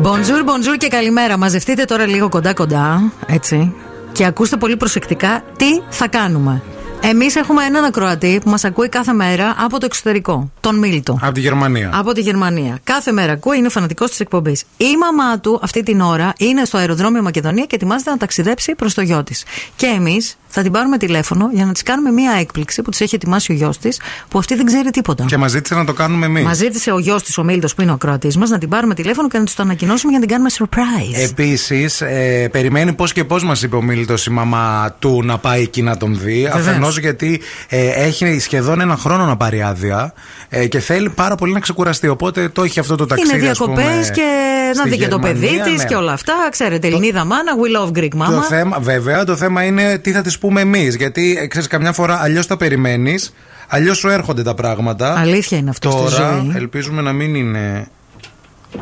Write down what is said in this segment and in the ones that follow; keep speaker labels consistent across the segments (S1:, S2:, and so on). S1: Bonjour, bonjour και καλημέρα. Μαζευτείτε τώρα λίγο κοντά-κοντά, έτσι. Και ακούστε πολύ προσεκτικά τι θα κάνουμε. Εμείς έχουμε έναν ακροατή που μας ακούει κάθε μέρα από το εξωτερικό, τον Μίλτο.
S2: Από τη Γερμανία.
S1: Από τη Γερμανία. Κάθε μέρα ακούει, είναι φανατικός της εκπομπής. Η μαμά του αυτή την ώρα είναι στο αεροδρόμιο Μακεδονία και ετοιμάζεται να ταξιδέψει προς το γιο της. Και εμείς θα την πάρουμε τηλέφωνο για να της κάνουμε μία έκπληξη που της έχει ετοιμάσει ο γιος της, που αυτή δεν ξέρει τίποτα.
S2: Και μας ζήτησε να το κάνουμε εμείς.
S1: Μας ζήτησε ο γιος της, ο Μίλτος, που είναι ο ακροατής μας, να την πάρουμε τηλέφωνο και να της το ανακοινώσουμε για να την κάνουμε surprise.
S2: Επίσης, ε, περιμένει πώς και πώς μας είπε ο Μίλτος η μαμά του να πάει εκεί να τον δει. Αφενός γιατί ε, έχει σχεδόν ένα χρόνο να πάρει άδεια ε, και θέλει πάρα πολύ να ξεκουραστεί. Οπότε το έχει αυτό το ταξίδι.
S1: Είναι διακοπές και να δει και το παιδί της ναι. και όλα αυτά. Ξέρετε, Ελληνίδα το... μάνα, we love Greek mama.
S2: Το θέμα, βέβαια, το θέμα είναι τι θα της πούμε εμείς. Γιατί ξέρεις, καμιά φορά αλλιώς τα περιμένεις, αλλιώς σου έρχονται τα πράγματα.
S1: Αλήθεια είναι αυτό
S2: Τώρα,
S1: στη ζωή.
S2: ελπίζουμε να μην είναι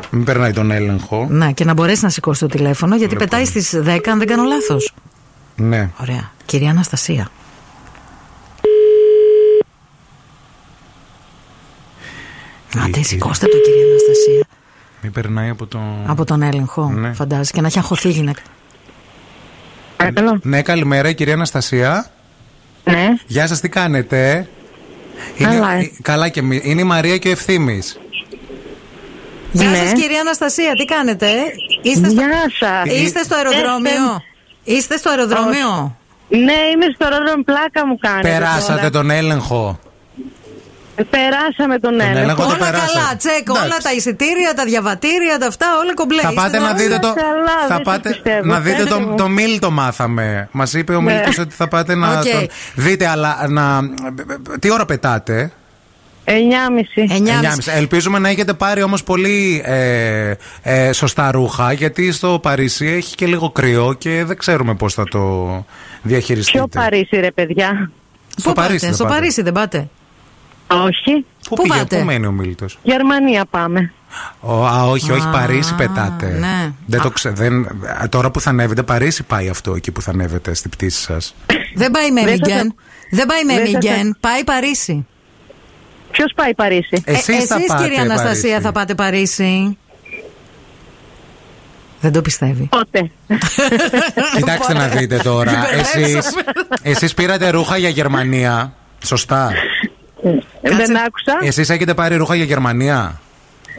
S2: μην περνάει τον έλεγχο.
S1: Να, Ναι, και να μπορέσει να σηκώσει το τηλέφωνο, γιατί λοιπόν. πετάει στις 10, αν δεν κάνω λάθος.
S2: Ναι.
S1: Ωραία. Κυρία Αναστασία. Άντε, σηκώστε το, κυρία Αναστασία.
S2: Μην περνάει από τον.
S1: Από τον έλεγχο,
S2: ναι.
S1: φαντάζεσαι, και να έχει αγχωθεί η γυναίκα.
S3: Παρακαλώ.
S2: Ναι, καλημέρα, κυρία Αναστασία.
S3: Ναι.
S2: Γεια σας, τι κάνετε.
S3: Καλά.
S2: Είναι... Καλά και εμείς. Είναι η Μαρία και ο Ευθύνη.
S1: Γεια ναι. σας, κυρία Αναστασία, τι κάνετε. Είστε στο,
S3: Γεια Ε, σας.
S1: Ε, Είστε στο αεροδρόμιο.
S3: ε,
S1: Είστε στο αεροδρόμιο.
S3: Ναι, είμαι στο αεροδρόμιο, πλάκα μου κάνετε.
S2: Περάσατε
S3: τώρα. Ε,
S2: τον έλεγχο.
S3: Περάσαμε τον, έλεγχο.
S2: έλεγχο το
S1: όλα
S2: περάσατε.
S1: καλά, τσεκ, όλα
S2: Εντάξει.
S1: τα εισιτήρια, τα διαβατήρια, τα αυτά, όλα κομπλέ.
S2: Θα πάτε να δείτε το. θα
S3: καλά, δεν το
S2: πάτε
S3: πιστεύω.
S2: να δείτε το,
S3: Φεύγω.
S2: το Μίλτο μάθαμε. Μας είπε ο
S3: Ναι.
S2: Μίλτος ότι θα πάτε να
S1: Οκ.
S2: τον δείτε, αλλά να. Τι ώρα πετάτε.
S1: Ε,
S3: 9.30.
S1: 9.30.
S2: 9.30. Ελπίζουμε να έχετε πάρει όμως πολύ ε, ε, σωστά ρούχα, γιατί στο Παρίσι έχει και λίγο κρύο και δεν ξέρουμε πώς θα το διαχειριστείτε.
S3: Ποιο Παρίσι, ρε παιδιά.
S1: Πού
S2: Στο
S1: πάτε,
S2: Παρίσι. δεν
S1: στο
S2: πάτε.
S1: Παρίσι δεν πάτε.
S3: Όχι.
S2: Πού,
S1: Πού
S2: πήγε,
S1: πάτε?
S2: πού μένει ο Μίλτος.
S3: Γερμανία πάμε.
S2: Α, όχι, όχι,
S1: Α,
S2: Παρίσι πετάτε.
S1: ναι.
S2: Δεν το ξε- δεν, α, τώρα που θα ανέβετε, Παρίσι πάει αυτό εκεί που θα ανέβετε στην πτήση σας.
S1: Δεν πάει με
S3: Δεν θα
S1: Μιγγεν.
S3: τα-
S1: Δεν πάει με
S3: δεν θα τα-
S1: Μιγγεν. Πάει Παρίσι.
S3: Ποιος πάει Παρίσι.
S2: Εσείς
S1: Ε,
S2: θα
S1: εσείς,
S2: πάτε.
S1: κυρία Αναστασία, θα πάτε Παρίσι. Δεν το πιστεύει.
S3: Πότε. Ε,
S2: Κοιτάξτε να δείτε τώρα. εσείς, εσείς πήρατε ρούχα για Γερμανία. Σωστά.
S3: Δεν άκουσα.
S2: Εσείς έχετε πάρει ρούχα για Γερμανία.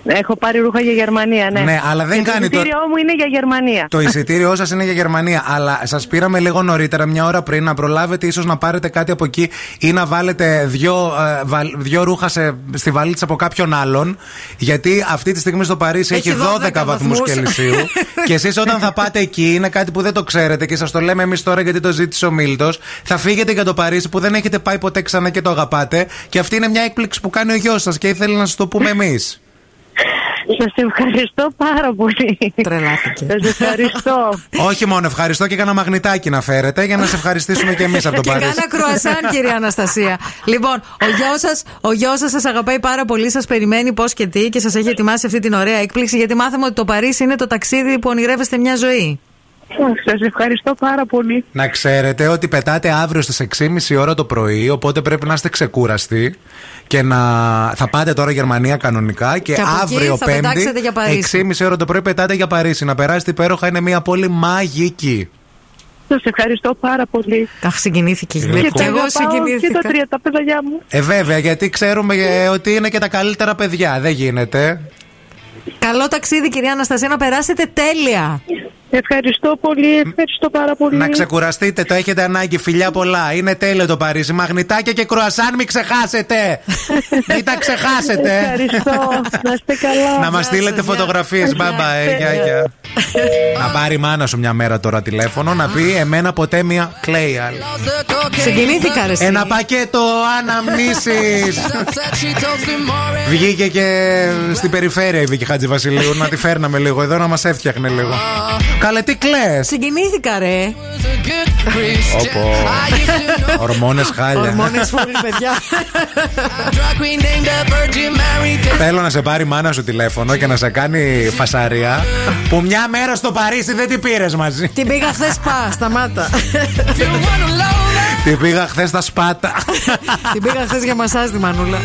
S3: Έχω πάρει ρούχα για Γερμανία, ναι.
S2: Ναι, αλλά δεν
S3: Και
S2: κάνει
S3: Το
S2: το-
S3: εισιτήριό μου είναι για Γερμανία.
S2: Το εισιτήριό σας είναι για Γερμανία, αλλά σας πήραμε λίγο νωρίτερα, μια ώρα πριν, να προλάβετε ίσως να πάρετε κάτι από εκεί ή να βάλετε δύο, ε, βα- δύο ρούχα σε, στη βαλίτσα από κάποιον άλλον. Γιατί αυτή τη στιγμή στο Παρίσι
S1: Έχει
S2: έχει 12,
S1: 12
S2: βαθμούς
S1: βαθμούς.
S2: Κελσίου. και εσείς όταν θα πάτε εκεί, είναι κάτι που δεν το ξέρετε και σας το λέμε εμείς τώρα γιατί το ζήτησε ο Μίλτος. Θα φύγετε για το Παρίσι που δεν έχετε πάει ποτέ ξανά και το αγαπάτε. Και αυτή είναι μια έκπληξη που κάνει ο γιος σας και ήθελε να σας το πούμε εμείς.
S3: Σας ευχαριστώ πάρα πολύ.
S1: Τρελάθηκε.
S3: Σας ευχαριστώ.
S2: Όχι μόνο ευχαριστώ και έκανα μαγνητάκι να φέρετε για να σε ευχαριστήσουμε και εμείς από το
S1: Και
S2: Παρίσι.
S1: κάνα κρουασάν, κυρία Αναστασία. λοιπόν, ο γιος σας ο γιος σας, σας αγαπάει πάρα πολύ, σας περιμένει πώς και τι και σας έχει ετοιμάσει αυτή την ωραία έκπληξη. Γιατί μάθαμε ότι το Παρίσι είναι το ταξίδι που ονειρεύεστε μια ζωή.
S3: Σας ευχαριστώ πάρα πολύ.
S2: Να ξέρετε ότι πετάτε αύριο στις 6.30 ώρα το πρωί, οπότε πρέπει να είστε ξεκούραστοι και να θα πάτε τώρα Γερμανία κανονικά και,
S1: Και από εκεί
S2: αύριο
S1: θα
S2: Πέμπτη,
S1: πετάξετε για Παρίσι.
S2: 6.30 ώρα το πρωί πετάτε για Παρίσι. Να περάσετε υπέροχα, είναι μια πόλη μαγική.
S3: Σας ευχαριστώ πάρα πολύ.
S1: Αχ, συγκινήθηκε η
S2: Και
S1: γυναίκα.
S2: εγώ
S1: Και εγώ
S3: αγαπάω και τα
S1: συγκινήθηκα.
S3: τρία τα παιδιά μου.
S2: Ε, βέβαια, γιατί ξέρουμε ε, ότι είναι και τα καλύτερα παιδιά. Δεν γίνεται.
S1: Καλό ταξίδι, κυρία Αναστασία, να περάσετε τέλεια.
S3: Ευχαριστώ πολύ. Ευχαριστώ πάρα πολύ.
S2: Να ξεκουραστείτε, το έχετε ανάγκη. Φιλιά πολλά. Είναι τέλειο το Παρίσι. Μαγνητάκια και κρουασάν, μην ξεχάσετε. μην τα ξεχάσετε.
S3: Ευχαριστώ. Να είστε καλά.
S2: Να μας
S1: σας,
S2: στείλετε
S1: γεια.
S2: φωτογραφίες. Bye bye. Γεια, γεια. Να πάρει η μάνα σου μια μέρα τώρα τηλέφωνο να πει εμένα ποτέ μια κλέιαλ.
S1: Συγκινήθηκα, ρε. εσύ.
S2: Ένα πακέτο αναμνήσεις. Βγήκε και στην περιφέρεια η Βίκη Χατζη Βασιλείου να τη φέρναμε λίγο εδώ να μας έφτιαχνε λίγο. Καλέ, τι κλε.
S1: Συγκινήθηκα, ρε.
S2: Ορμόνες χάλια.
S1: Ορμόνες φούλη, παιδιά.
S2: Θέλω να σε πάρει η μάνα σου τηλέφωνο και να σε κάνει φασαρία που μια μέρα στο Παρίσι δεν την πήρες μαζί.
S1: Την πήγα χθες πα, σταμάτα.
S2: Την πήγα χθες στα σπάτα.
S1: Την πήγα χθες για μασάζ τη μανούλα.